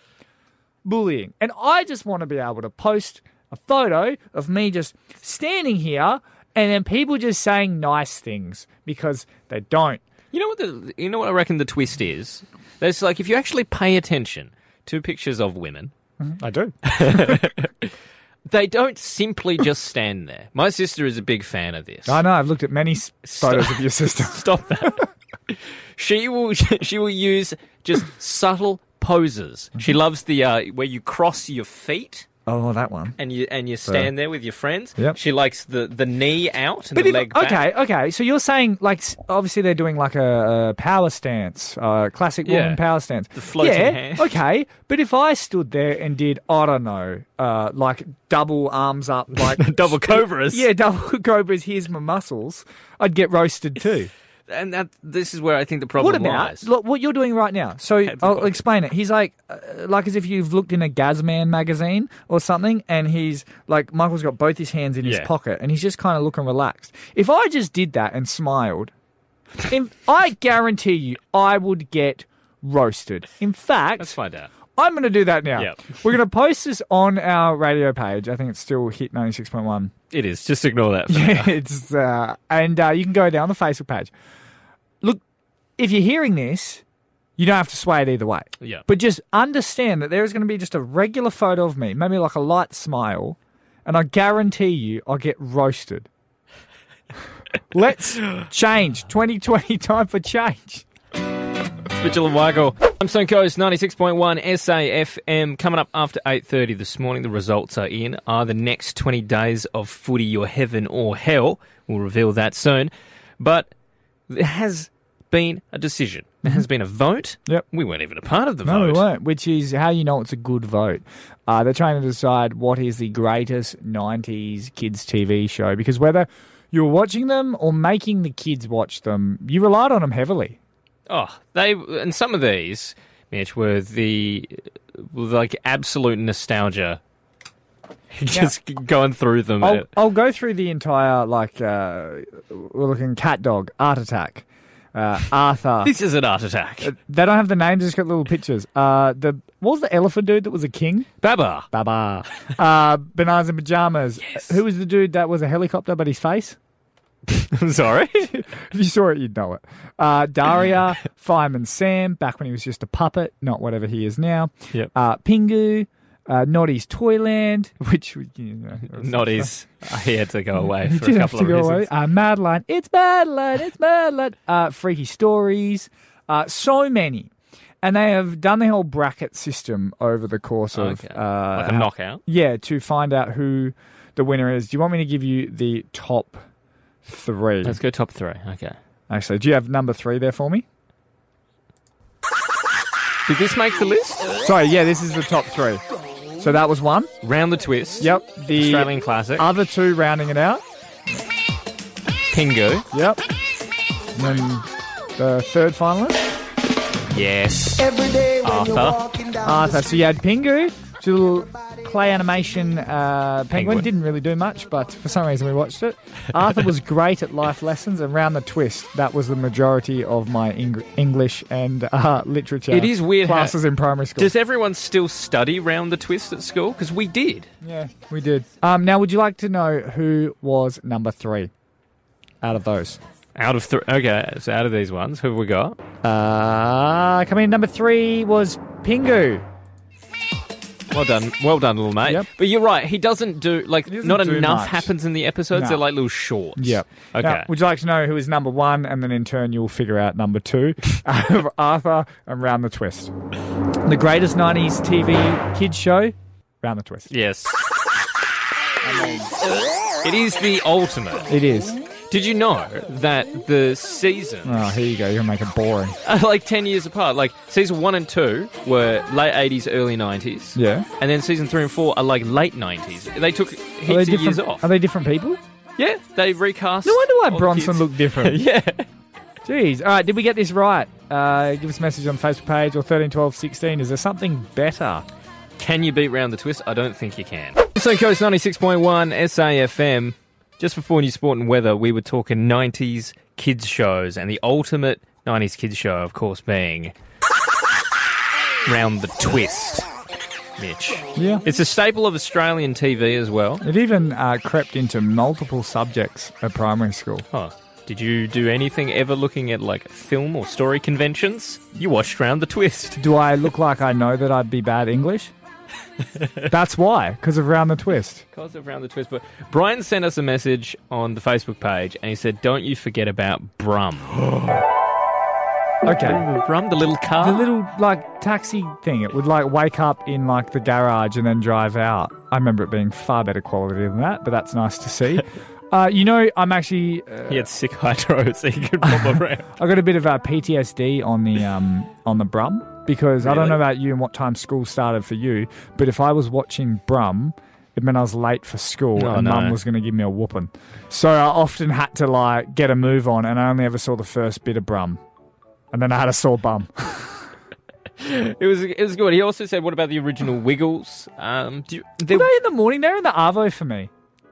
S5: bullying. And I just want to be able to post a photo of me just standing here and then people just saying nice things because they don't.
S4: You know what the you know what I reckon the twist is? That's like if you actually pay attention to pictures of women,
S5: I do.
S4: they don't simply just stand there. My sister is a big fan of this.
S5: I know. I've looked at many s- photos of your sister.
S4: Stop that. she will she will use just subtle poses. She loves the uh, where you cross your feet
S5: Oh, that one.
S4: and you and you stand there with your friends.
S5: Yep.
S4: She likes the, the knee out and the
S5: if-
S4: leg back.
S5: okay, okay. So you're saying like s- obviously they're doing like a, a power stance, uh, classic
S4: Yeah.
S5: woman power stance. The
S4: floating
S5: yeah,
S4: hand.
S5: Okay, but if I stood there and did I don't know, uh, like double arms up, like
S4: Double cobras.
S5: yeah, double cobras. Here's my muscles. I'd get roasted too.
S4: And that this is where I think the problem
S5: What about
S4: lies.
S5: look, what you're doing right now? So I'll explain it. He's like, uh, like as if you've looked in a Gazman magazine or something, and he's like, Michael's got both his hands in
S4: Yeah.
S5: his pocket, and he's just kind of looking relaxed. If I just did that and smiled, in, I guarantee you, I would get roasted. In fact,
S4: Let's find out.
S5: I'm going to do that now.
S4: Yep.
S5: We're going to post this on our radio page. I think it's still hit ninety six point one.
S4: It is. Just ignore that. for now.
S5: it's uh, and uh, you can go down the Facebook page. Look, if you're hearing this, you don't have to sway it either way.
S4: Yeah.
S5: But just understand that there is going to be just a regular photo of me, maybe like a light smile, and I guarantee you, I'll get roasted. Let's change. 2020 time for change.
S4: Mitchell and Michael. Limestone Coast 96.1 SAFM. Coming up after 8.30 this morning, the results are in. Are the next 20 days of footy your heaven or hell? We'll reveal that soon. But there has been a decision. There has been a vote.
S5: Yep.
S4: We weren't even a part of the
S5: No,
S4: vote.
S5: we won't, which is how you know it's a good vote. Uh, they're trying to decide what is the greatest 90s kids TV show because whether you're watching them or making the kids watch them, you relied on them heavily.
S4: Oh, they and some of these, Mitch, were the were like absolute nostalgia. Just going through them.
S5: I'll, I'll go through the entire, like, uh, we're looking cat dog, art attack, uh, Arthur.
S4: this is an art attack.
S5: they don't have the names, just got little pictures. Uh, the What was the elephant dude that was a king?
S4: Baba.
S5: Baba. uh, bananas and pajamas. Who was the dude that was a helicopter but his face?
S4: I'm sorry.
S5: If you saw it, you'd know it. Uh, Daria, Fireman Sam, back when he was just a puppet, not whatever he is now.
S4: Yep.
S5: Uh, Pingu, uh, Noddy's Toyland, which would, you know,
S4: Not his. He had to go away
S5: you
S4: for a
S5: did have
S4: couple
S5: to
S4: of
S5: go away.
S4: reasons.
S5: Uh, Madeline, it's Madeline, it's Madeline. Uh, freaky stories, uh, so many, and they have done the whole bracket system over the course of
S4: Okay.
S5: uh,
S4: like a knockout.
S5: yeah, to find out who the winner is. Do you want me to give you the top three?
S4: Let's go top three. Okay.
S5: Actually, do you have number three there for me?
S4: Did this make the list?
S5: Sorry, yeah, this is the top three. So that was one.
S4: Round the twist.
S5: Yep. The
S4: Australian classic.
S5: other two rounding it out.
S4: Pingu.
S5: Yep. And then the third finalist.
S4: Yes. Arthur.
S5: Arthur. So you had Pingu, which is a little clay animation uh, penguin.
S4: Penguin.
S5: Didn't really do much, but for some reason we watched it. Arthur was great at life lessons, and round the twist, that was the majority of my Eng- English and uh, literature.
S4: It is weird how-
S5: classes in primary school.
S4: Does everyone still study round the twist at school? Because we did.
S5: yeah, we did. Um, now, would you like to know who was number three out of those?
S4: Out of three. Okay, so out of these ones, who have we got?
S5: Uh, coming in number three was Pingu.
S4: Well done, well done, little mate.
S5: Yep.
S4: But you're right. He doesn't do like
S5: doesn't
S4: not
S5: do
S4: enough
S5: much.
S4: happens in the episodes.
S5: No.
S4: They're like little shorts.
S5: Yep.
S4: Okay.
S5: Now, would you like to know who is number one, and then in turn you'll figure out number two of Arthur and Round the Twist, the greatest '90s TV kids show, Round the Twist.
S4: yes. it is the ultimate.
S5: It is.
S4: Did you know that the season
S5: Oh, here you go. You're gonna make it boring.
S4: are like ten years apart? Like season one and two were late eighties, early nineties.
S5: Yeah.
S4: And then season three and four are like late nineties. They took heaps of
S5: different?
S4: years off.
S5: Are they different people?
S4: yeah, they recast.
S5: No wonder why
S4: all the
S5: Bronson
S4: kids.
S5: looked different.
S4: Yeah.
S5: Jeez. All right. Did we get this right? Uh, give us a message on Facebook page or thirteen twelve sixteen. Is there something better?
S4: Can you beat round the twist? I don't think you can. So Coast 96.1 SAFM. Just before New Sport and Weather, we were talking 90s kids shows, and the ultimate 90s kids show, of course, being Round the Twist, Mitch.
S5: Yeah.
S4: It's a staple of Australian TV as well.
S5: It even uh, crept into multiple subjects at primary school.
S4: Huh. Did you do anything ever looking at like film or story conventions? You watched Round the Twist.
S5: Do I look like I know that I'd be bad English? That's why, because of Round the Twist.
S4: Because of Round the Twist. But Brian sent us a message on the Facebook page and he said, Don't you forget about Brum.
S5: Okay.
S4: Brum, the little car.
S5: The little, like, taxi thing, it would, like, wake up in, like, the garage and then drive out. I remember it being far better quality than that, but that's nice to see. Uh, you know, I'm actually, uh,
S4: He had sick hydro, so he could pop around.
S5: I got a bit of uh, PTSD on the, um, on the Brum, because I don't
S4: Really?
S5: know about you and what time school started for you, but if I was watching Brum, it meant I was late for school
S4: Oh,
S5: and
S4: no.
S5: mum was going to give me a whooping. So I often had to, like, get a move on, and I only ever saw the first bit of Brum. And then I had a sore bum.
S4: It was it was good. He also said, "What about the original Wiggles?" Um, do you, they,
S5: Were they in the morning? They were in the Arvo for me.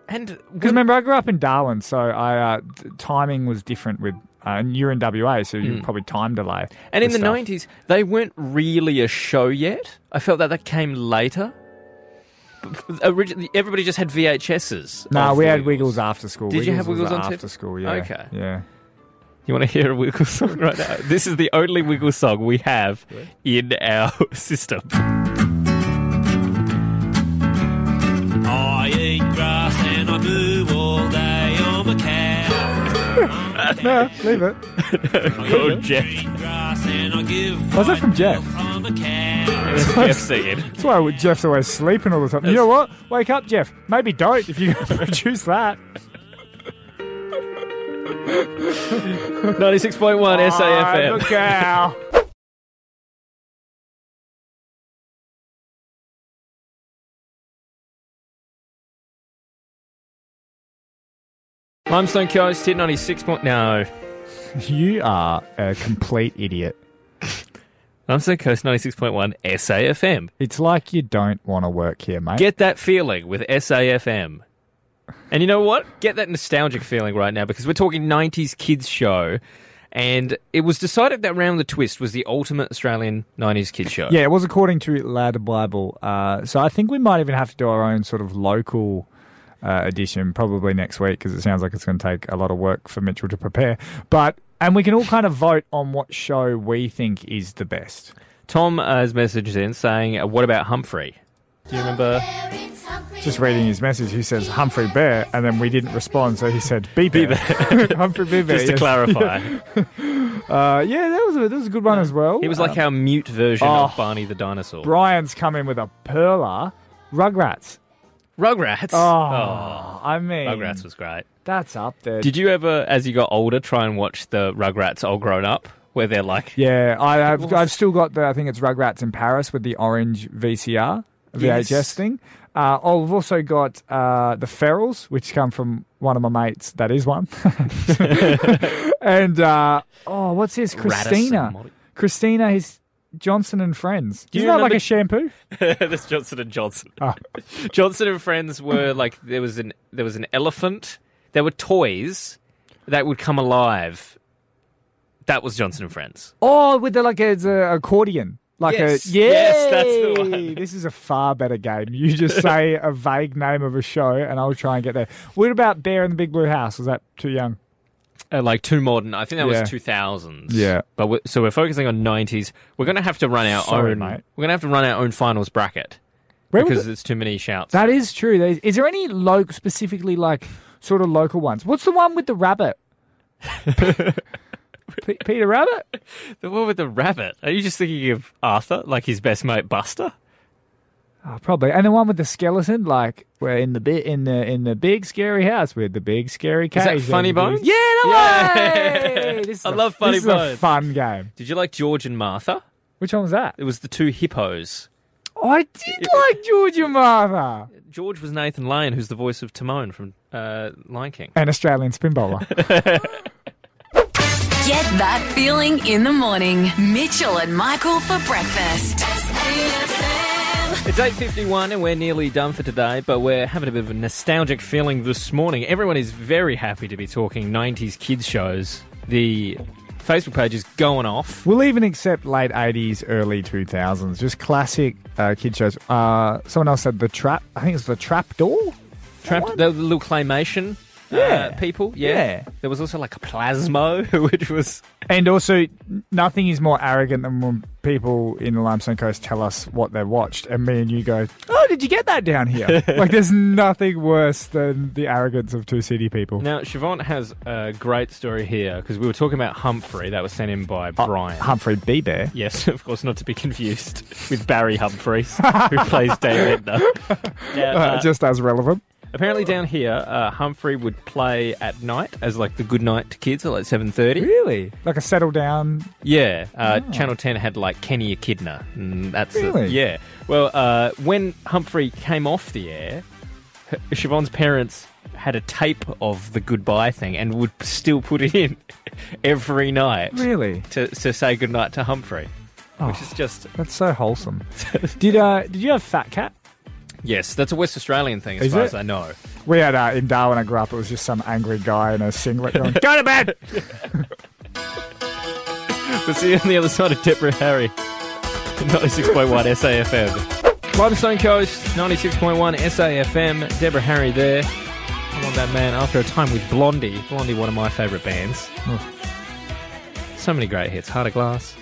S4: and
S5: Because remember, I grew up in Darwin, so I uh, th- timing was different with. Uh, and you're in WA, so you probably time delay.
S4: Hmm. and in
S5: with
S4: the
S5: stuff.
S4: nineties, they weren't really a show yet. I felt that that came later. But Originally, everybody just had VHSs.
S5: No,
S4: of
S5: we
S4: the
S5: had Wiggles after school.
S4: Did you have
S5: was
S4: Wiggles on
S5: after
S4: tip?
S5: school? Yeah.
S4: Okay.
S5: Yeah.
S4: You want to hear a Wiggles song right now? this is the only Wiggles song we have in our system.
S6: I eat grass and I moo all day. I'm a cow.
S5: No, leave it.
S4: Oh, Jeff,
S6: Eat grass and I give.
S5: Was Oh, that from Jeff?
S6: I'm a cow.
S4: Jeff singing.
S5: That's why Jeff's always sleeping all the time. You know what? Wake up, Jeff. Maybe don't if you produce that.
S4: 96.1 SAFM.
S5: Look out.
S4: Limestone Coast hit 96 point. No.
S5: You are a complete idiot.
S4: Limestone Coast 96.1 SAFM.
S5: It's like you don't want to work here, mate.
S4: Get that feeling with SAFM. And you know what? Get that nostalgic feeling right now because we're talking 90s kids show. And it was decided that Round the Twist was the ultimate Australian 90s kids show.
S5: Yeah, it was according to Louder Bible. Uh, so I think we might even have to do our own sort of local uh, edition probably next week because it sounds like it's going to take a lot of work for Mitchell to prepare. But and we can all kind of vote on what show we think is the best.
S4: Tom uh, has messaged in saying, uh, What about Humphrey? Do you remember?
S5: Just reading his message, he says Humphrey Bear, and then we didn't respond, so he said Be Bear. Humphrey Be
S4: Just
S5: Bear.
S4: to
S5: yes.
S4: clarify,
S5: Uh, yeah, that was a, that was a good one as well.
S4: it was like
S5: Uh,
S4: our mute version
S5: Oh.
S4: of Barney the dinosaur.
S5: Brian's come in with a perler, Rugrats.
S4: Rugrats.
S5: Oh, I mean,
S4: Rugrats was great.
S5: that's up there.
S4: Did you ever, as you got older, try and watch the Rugrats all grown up, where they're like,
S5: Yeah, I, have I've still got the. I think it's Rugrats in Paris with the orange VCR VHS
S4: Yes.
S5: thing. Uh, oh, we've also got uh, the Ferals, which come from one of my mates. That is one. and uh, oh, what's this? Christina.
S4: Radisson.
S5: Christina is Johnson and Friends.
S4: you
S5: Isn't that like
S4: remember-
S5: a shampoo?
S4: That's Johnson and Johnson.
S5: Ah.
S4: Johnson and Friends were like there was an there was an elephant. There were toys that would come alive. That was Johnson and Friends.
S5: Oh, with the like a, it's a accordion. Like
S4: Yes.
S5: a
S4: Yes, that's the one.
S5: Yay! This is a far better game. You just say a vague name of a show, and I'll try and get there. What about Bear in the Big Blue House? Was that too young?
S4: Uh, like too modern. I think that
S5: Yeah.
S4: was two thousands.
S5: Yeah.
S4: But we're, so we're focusing on nineties. We're gonna have to run our
S5: Sorry,
S4: own.
S5: mate.
S4: We're gonna have to run our own finals bracket
S5: Where was
S4: because
S5: it?
S4: it's too many shouts.
S5: That is true. There is, is there any lo- specifically like sort of local ones? What's the one with the rabbit? P- Peter Rabbit?
S4: the one with the rabbit. Are you just thinking of Arthur, like his best mate Buster?
S5: Oh, probably. And the one with the skeleton, like we're in the bit in the in the big scary house with the big scary cage.
S4: that
S5: and
S4: Funny
S5: the big-
S4: Bones?
S5: Yeah, that
S4: Yeah.
S5: one. This is
S4: I
S5: a-
S4: love Funny
S5: this Is a
S4: Bones.
S5: fun game.
S4: Did you like George and Martha?
S5: Which one was that?
S4: It was the two hippos.
S5: I did like Georgia Martha.
S4: George was Nathan Lyon, who's the voice of Timon from uh, Lion King.
S5: An Australian spin bowler.
S2: Get that feeling in the morning. Mitchell and Michael for breakfast.
S4: It's 8.51 and we're nearly done for today, but we're having a bit of a nostalgic feeling this morning. Everyone is very happy to be talking 90s kids shows. The Facebook page is going off.
S5: We'll even accept late 80s, early 2000s, just classic uh, kid shows. Uh, someone else said The Trap. I think it's The Trap Door.
S4: Trapped the little claymation
S5: Yeah.
S4: uh, people.
S5: Yeah.
S4: There was also like a Plasmo, which was...
S5: And also, n- nothing is more arrogant than when people in the Limestone Coast tell us what they watched, and me and you go, Oh, did you get that down here? like, there's nothing worse than the arrogance of two city people.
S4: Now, Siobhan has a great story here, because we were talking about Humphrey. That was sent in by
S5: Uh,
S4: Brian.
S5: Humphrey B. Bear.
S4: Yes, of course, not to be confused with Barry Humphries, who plays Dave Edna. Now,
S5: Uh,
S4: uh,
S5: just as relevant.
S4: apparently, down here, uh, Humphrey would play at night as like the good night to kids at like seven thirty.
S5: Really? Like a settle down.
S4: Yeah, uh, Channel Ten had like Kenny Echidna. And that's the-
S5: Really?
S4: yeah. Well, uh, when Humphrey came off the air, H- Siobhan's parents had a tape of the goodbye thing and would still put it in every night
S5: Really?
S4: to, to say goodnight to Humphrey, which is just
S5: That's so wholesome. did uh, Did you have Fat Cat?
S4: Yes, that's a West Australian thing, as
S5: Is
S4: far
S5: it?
S4: as I know.
S5: We had uh, in Darwin. I grew up. It was just some angry guy in a singlet going, "Go to bed."
S4: We'll see you on the other side of Deborah Harry. 96.1 SAFM. Limestone Coast, 96.1 SAFM. Deborah Harry there. I want that man after a time with Blondie. Blondie, one of my favourite bands.
S5: Hmm.
S4: So many great hits. Heart of Glass,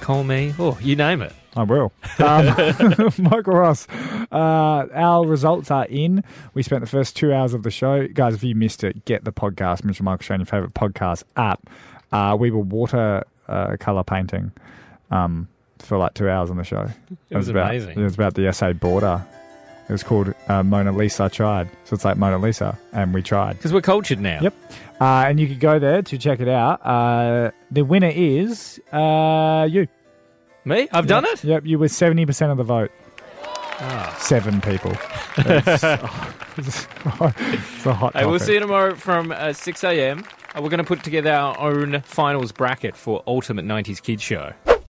S4: Call Me, oh, you name it.
S5: I will. Um, Michael Ross. Uh, our results are in. We spent the first two hours of the show, guys. If you missed it, get the podcast, Mitchell Michael Show, on your favorite podcast app. Uh, we were water uh, color painting um, for like two hours on the show. It,
S4: was
S5: about,
S4: amazing.
S5: It was about the SA border. It was called uh, Mona Lisa Tried. So it's like Mona Lisa, and we tried.
S4: Because we're cultured now.
S5: Yep. Uh, and you could go there to check it out. Uh, the winner is uh, you.
S4: Me? I've done it?
S5: Yep, you were 70% of the vote.
S4: Ah.
S5: Seven people. It's, it's a hot
S4: Hey, we'll
S5: topic.
S4: see you tomorrow from uh, 6 a.m. Uh, We're going to put together our own finals bracket for Ultimate 90s Kids Show.